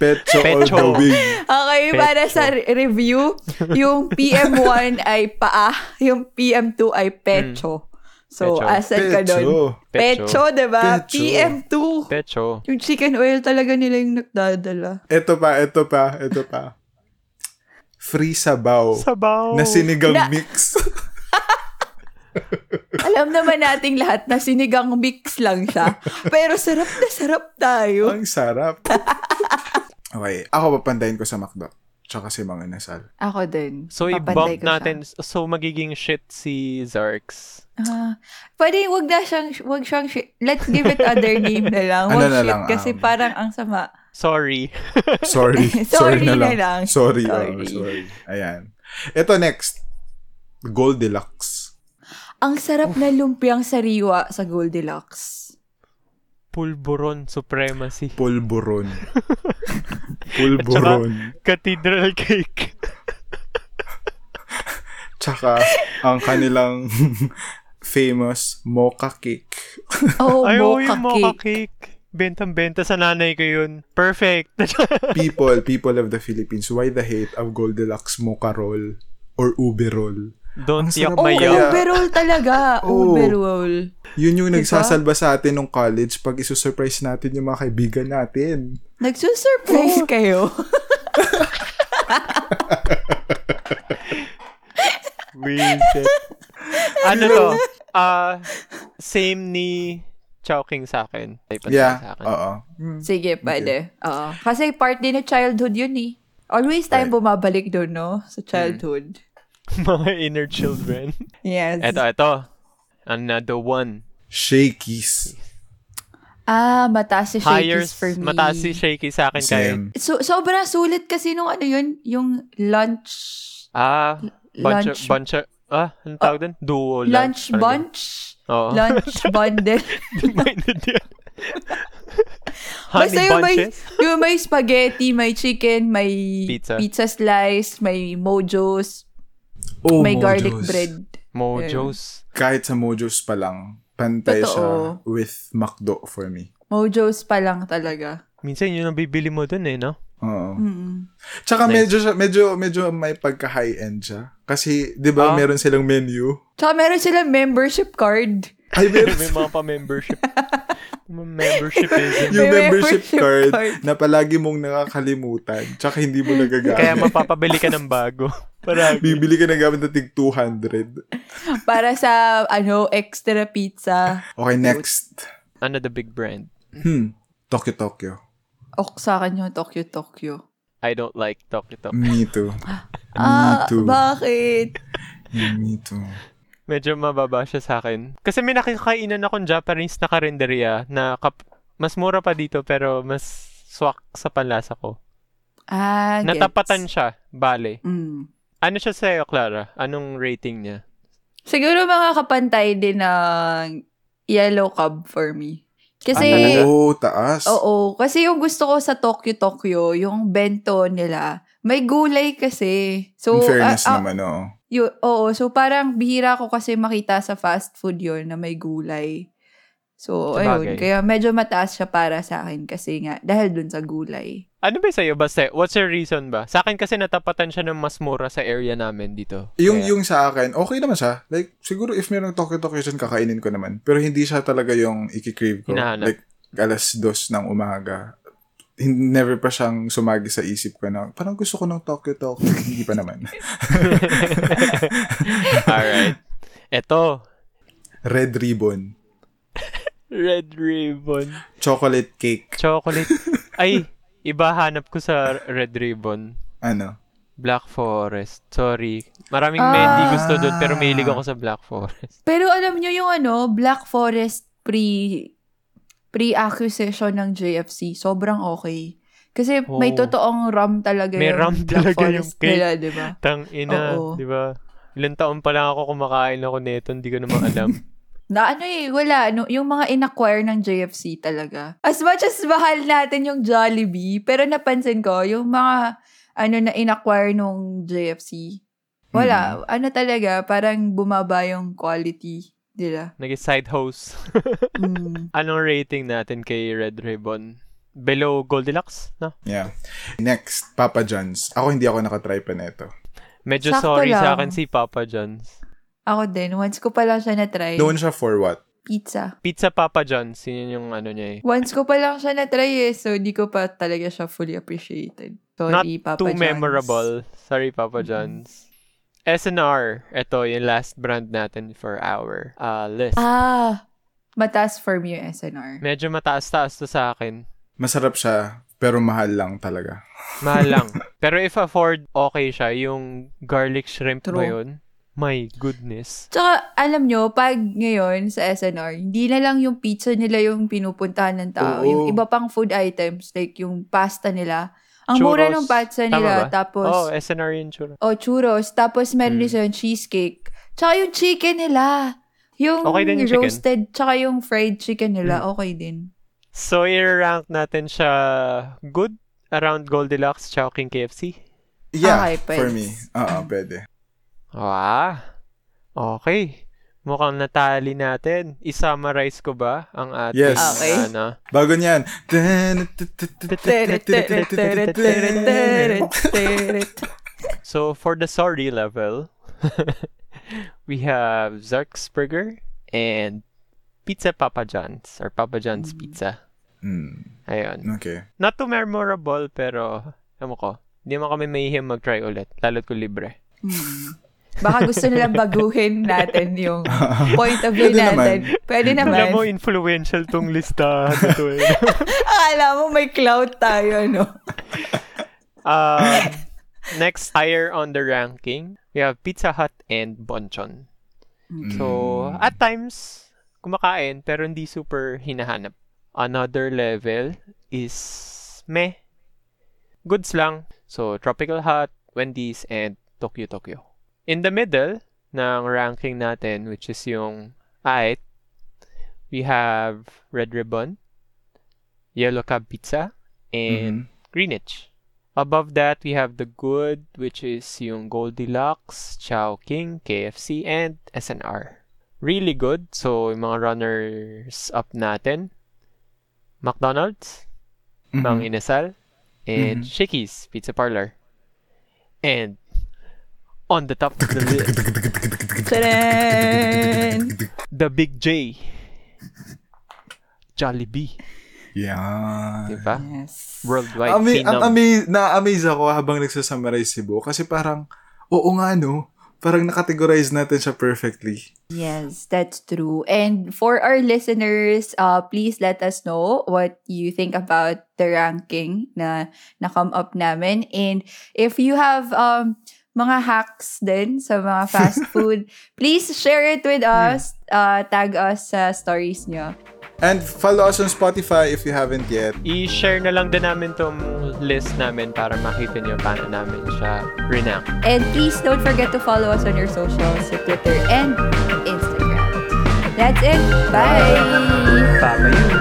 Speaker 2: Pecho, all
Speaker 4: Pecho.
Speaker 2: the way.
Speaker 5: okay, para sa re- review, yung PM1 ay paa, yung PM2 ay pecho. So,
Speaker 4: Pecho.
Speaker 5: asan ka doon?
Speaker 2: Pecho.
Speaker 4: Pecho.
Speaker 5: Pecho, diba?
Speaker 2: Pecho.
Speaker 5: PM2.
Speaker 4: Pecho.
Speaker 5: Yung chicken oil talaga nila yung nagdadala.
Speaker 2: Ito pa, ito pa, ito pa. Free sabaw.
Speaker 4: Sabaw.
Speaker 2: Na sinigang
Speaker 5: Na-
Speaker 2: mix.
Speaker 5: Alam naman nating lahat na sinigang mix lang siya. Pero sarap na sarap tayo.
Speaker 2: Ang sarap. okay, ako papantayin ko sa McDo. Tsaka si Mang Inasal.
Speaker 5: Ako din.
Speaker 4: So,
Speaker 5: Papantay
Speaker 4: i-bump
Speaker 5: ko siya.
Speaker 4: natin. So, magiging shit si Zarks.
Speaker 5: Ah, pwede, wag na siyang, wag siyang, shi- let's give it other name na lang.
Speaker 2: Ano
Speaker 5: Wag
Speaker 2: na
Speaker 5: shit
Speaker 2: lang,
Speaker 5: kasi
Speaker 2: um,
Speaker 5: parang ang sama.
Speaker 4: Sorry.
Speaker 2: Sorry. sorry,
Speaker 5: Sorry na
Speaker 2: na lang.
Speaker 5: lang.
Speaker 2: Sorry.
Speaker 5: Sorry.
Speaker 2: oo, sorry. Ayan. Ito next. Gold Deluxe.
Speaker 5: Ang sarap na lumpiang sariwa sa Goldilocks.
Speaker 4: Pulburon Supremacy.
Speaker 2: Pulburon. Pulburon.
Speaker 4: Cathedral Cake.
Speaker 2: Tsaka ang kanilang famous mocha cake.
Speaker 5: Oh,
Speaker 4: Ay, oo,
Speaker 5: mocha
Speaker 4: yung mocha
Speaker 5: cake.
Speaker 4: cake. Bentang-benta sa nanay ko yun. Perfect.
Speaker 2: People, people of the Philippines, why the hate of Gold Deluxe mocha roll or ube roll?
Speaker 4: Don't
Speaker 2: Ang sarap
Speaker 4: tiyak
Speaker 5: Oh,
Speaker 4: na
Speaker 2: kaya.
Speaker 4: yun.
Speaker 5: overall talaga.
Speaker 2: Oo.
Speaker 5: Overall.
Speaker 2: Yun yung
Speaker 5: Diba?
Speaker 2: nagsasalba sa atin nung college pag isusurprise natin yung mga kaibigan natin.
Speaker 5: Nagsusurprise kayo.
Speaker 4: Wicked. ano to? Ah, same ni Chowking sa akin. Ay, pansin
Speaker 2: yeah, Oh.
Speaker 4: sa akin.
Speaker 2: oo.
Speaker 5: Sige, pwede. Oo. Kasi part din ng childhood yun eh. Always tayo
Speaker 2: Right. Mm.
Speaker 5: bumabalik doon, no? Sa childhood.
Speaker 4: Mga inner children.
Speaker 5: Yes.
Speaker 4: eto, eto. Another one.
Speaker 2: Shakies.
Speaker 5: Ah, mataas si
Speaker 4: Higher,
Speaker 5: Shakey's for me.
Speaker 4: mataas si Shaky sa akin kahit.
Speaker 2: Same.
Speaker 5: So, sobrang sulit kasi nung ano yun, yung lunch,
Speaker 4: Ah, bunch of,
Speaker 5: Lunch- Oh,
Speaker 4: bunch of, ah, anong tawag dun? Duo lunch. Ano
Speaker 5: lunch
Speaker 4: parang
Speaker 5: bunch,
Speaker 4: ganun. Oo.
Speaker 5: lunch bundle.
Speaker 4: Di mo maintindihan. Honey
Speaker 5: Basta yung may,
Speaker 4: bunches?
Speaker 5: yung may spaghetti, may chicken, may
Speaker 4: Pizza.
Speaker 5: slice, may mojos,
Speaker 2: Oh,
Speaker 5: may garlic
Speaker 2: Mojos.
Speaker 5: bread.
Speaker 4: Mojos.
Speaker 2: Kahit sa Mojos pa lang, pantay siya
Speaker 5: Totoo.
Speaker 2: with McDo for me.
Speaker 5: Mojos pa lang talaga.
Speaker 4: Minsan yun ang bibili mo dun eh, no?
Speaker 2: Oo.
Speaker 5: Mm-mm.
Speaker 2: Tsaka
Speaker 4: Nice.
Speaker 2: medyo, siya- medyo, medyo may pagka-high-end siya. Kasi, di
Speaker 4: Ah.
Speaker 2: ba, meron silang menu.
Speaker 5: Tsaka meron silang membership card.
Speaker 2: Ay, meron
Speaker 4: May mga pa-membership. Mga membership eh, is
Speaker 2: yung
Speaker 5: May
Speaker 2: membership,
Speaker 5: membership
Speaker 2: card,
Speaker 5: card.
Speaker 2: na palagi mong nakakalimutan. Tsaka hindi mo nagagamit.
Speaker 4: Kaya mapapabili ka ng bago. Parang,
Speaker 2: Bibili ka ng gamit na tig 200.
Speaker 5: Para sa, ano, extra pizza.
Speaker 2: Okay, next.
Speaker 4: ano the big brand?
Speaker 2: Hmm. Tokyo Tokyo.
Speaker 5: Ok, sa akin yung Tokyo Tokyo.
Speaker 4: I don't like Tokyo Tokyo.
Speaker 2: Me too.
Speaker 5: Ah,
Speaker 2: too.
Speaker 5: bakit?
Speaker 2: Me too.
Speaker 4: Medyo mababa siya sa akin. Kasi may nakikainan akong Japanese na karinderya na kap- mas mura pa dito pero mas swak sa panlasa ko.
Speaker 5: Ah, gets.
Speaker 4: Natapatan siya, bale.
Speaker 5: Mm.
Speaker 4: Ano siya sa'yo, Clara? Anong rating niya?
Speaker 5: Siguro mga kapantay din ng yellow cab for me. Kasi,
Speaker 4: Ah,
Speaker 2: oh, taas.
Speaker 5: oo, kasi yung gusto ko sa Tokyo Tokyo, yung bento nila, may gulay kasi. So,
Speaker 2: In fairness
Speaker 5: ah, ah,
Speaker 2: naman, oo.
Speaker 5: Yo, oo, so parang bihira ko kasi makita sa fast food yon na may gulay. So,
Speaker 4: Sabagay.
Speaker 5: ayun. Kaya medyo mataas siya para sa akin kasi nga, dahil dun sa gulay.
Speaker 4: Ano ba sa'yo? Basta, what's your reason ba? Sa akin kasi natapatan siya ng mas mura sa area namin dito.
Speaker 2: Yung,
Speaker 4: Kaya-
Speaker 2: yung sa akin, okay naman siya. Like, siguro if merong Tokyo Tokyo dyan, kakainin ko naman. Pero hindi siya talaga yung ikikrave ko.
Speaker 4: Hinahanap.
Speaker 2: Like, alas dos ng umaga. Hin- Never pa siyang sumagi sa isip ko na, parang gusto ko ng Tokyo Tokyo. hindi pa naman.
Speaker 4: Alright. Eto,
Speaker 2: Red Ribbon.
Speaker 4: Red Ribbon.
Speaker 2: Chocolate cake.
Speaker 4: Chocolate. Ay, iba hanap ko sa Red Ribbon.
Speaker 2: Ano?
Speaker 4: Black Forest. Sorry. Maraming
Speaker 5: Ah.
Speaker 4: Mendy gusto doon pero mahilig ako sa Black Forest.
Speaker 5: Pero alam nyo yung ano, Black Forest pre pre-acquisition ng JFC, sobrang okay. Kasi may
Speaker 4: Oo.
Speaker 5: totoong rum talaga
Speaker 4: Oh. May
Speaker 5: yung
Speaker 4: rum
Speaker 5: Black
Speaker 4: talaga yung
Speaker 5: Forest
Speaker 4: cake.
Speaker 5: nila, di ba?
Speaker 4: Tang ina,
Speaker 5: Oo.
Speaker 4: di ba? Ilan taon pa lang ako kumakain ako nito, hindi ko naman alam.
Speaker 5: Na ano eh, wala. Ano, yung mga inacquire ng JFC talaga. As much as mahal natin yung Jollibee, pero napansin ko, yung mga ano na inacquire nung JFC,
Speaker 4: Hmm.
Speaker 5: wala. Ano talaga, parang bumaba yung quality nila.
Speaker 4: Naging side host.
Speaker 5: Mm.
Speaker 4: Anong rating natin kay Red Ribbon? Below Goldilocks? No?
Speaker 2: Yeah. Next, Papa John's. Ako hindi ako nakatry pa na ito.
Speaker 4: Medyo
Speaker 5: Sakto
Speaker 4: sorry sa
Speaker 5: lang.
Speaker 4: akin si Papa John's.
Speaker 5: Ako din, once ko pa lang siya na-try.
Speaker 2: Noon siya for what?
Speaker 5: Pizza.
Speaker 4: Pizza Papa John's, yun yung ano niya eh.
Speaker 5: Once ko pa lang siya na-try eh, so di ko pa talaga siya fully appreciated.
Speaker 4: Not
Speaker 5: Sorry, Papa
Speaker 4: Too
Speaker 5: John's. Mm-hmm.
Speaker 4: memorable. Sorry Papa John's. SNR, ito yung last brand natin for our uh, list.
Speaker 5: Ah, mataas for me yung SNR.
Speaker 4: Medyo mataas-taas to sa akin.
Speaker 2: Masarap siya, pero mahal lang talaga.
Speaker 4: Mahal lang. Pero if afford, okay siya. Yung garlic shrimp
Speaker 5: True.
Speaker 4: ba yun? My goodness.
Speaker 5: Tsaka, alam nyo, pag ngayon sa SNR, hindi na lang yung pizza nila yung pinupuntahan ng tao.
Speaker 2: Oo.
Speaker 5: Yung iba pang food items, like yung pasta nila. Ang mura
Speaker 4: Churros.
Speaker 5: ng pasta
Speaker 4: Tama
Speaker 5: nila.
Speaker 4: ba?
Speaker 5: Tapos,
Speaker 4: Oh, SNR yun, churro.
Speaker 5: oh, churros. Tapos, meron
Speaker 4: Mm.
Speaker 5: din silang cheesecake. Tsaka yung chicken nila. Yung
Speaker 4: Okay din yung chicken. Hmm.
Speaker 5: roasted, tsaka yung fried chicken nila, okay din.
Speaker 4: So, i-rank natin siya good around Goldilocks, tsaka King KFC.
Speaker 2: Yeah,
Speaker 5: Okay, pwede.
Speaker 2: for me. Oo, pwede.
Speaker 4: Wah. Ah, Okay. Mukhang natali natin. I-summarize ko ba ang ating
Speaker 2: Yes.
Speaker 5: Okay.
Speaker 4: ano?
Speaker 2: Bago niyan.
Speaker 4: So, for the sorry level, we have Zark's Burger and Pizza Papa John's or Papa
Speaker 5: Mm.
Speaker 4: John's Pizza.
Speaker 2: Hmm,
Speaker 4: Ayun.
Speaker 2: okay.
Speaker 4: Not too memorable, pero, alam ko, hindi mo kami mahihim mag-try ulit, lalo't ko libre.
Speaker 5: Hmm. Baka gusto nilang baguhin natin yung point of view
Speaker 2: Pwede
Speaker 5: natin. Pwede naman.
Speaker 4: Alam mo, influential tong listahan na to eh.
Speaker 5: Akala mo may clout tayo, no?
Speaker 4: Um, next, higher on the ranking, we have Pizza Hut and Bonchon. So, at times, kumakain, pero hindi super hinahanap. Another level is meh. Goods lang. So, Tropical Hut, Wendy's, and Tokyo Tokyo. In the middle ng ranking natin, which is yung ait, we have Red Ribbon, Yellow Cab Pizza, and Greenwich. Above that, we have the good, which is yung Goldilocks, Chow King, KFC, and SNR. Really good. So, yung mga runners up natin, McDonald's,
Speaker 2: Mhm.
Speaker 4: Mang Inasal, and
Speaker 2: Mhm.
Speaker 4: Shakey's Pizza Parlor. And on the top of the list,
Speaker 5: Tadaan!
Speaker 4: the Big J, Jollibee,
Speaker 2: Yeah.
Speaker 4: di ba?
Speaker 5: Yes.
Speaker 4: Worldwide
Speaker 2: Ami-
Speaker 4: Phenom.
Speaker 2: ang amaze, na-amaze ako habang nagsasummarize si Bo kasi parang, oo nga no, parang nakategorize natin siya perfectly.
Speaker 5: Yes, that's true. And for our listeners, uh, please let us know what you think about the ranking na na-come up namin. And if you have um, mga hacks din sa mga fast food, please share it with us. Uh, tag us sa stories nyo.
Speaker 2: And follow us on Spotify if you haven't yet.
Speaker 4: I-share na lang din namin tong list namin para makita niyo paano namin siya renounce.
Speaker 5: And please don't forget to follow us on your socials, sa Twitter and Instagram. That's it. Bye!
Speaker 4: Papa yun.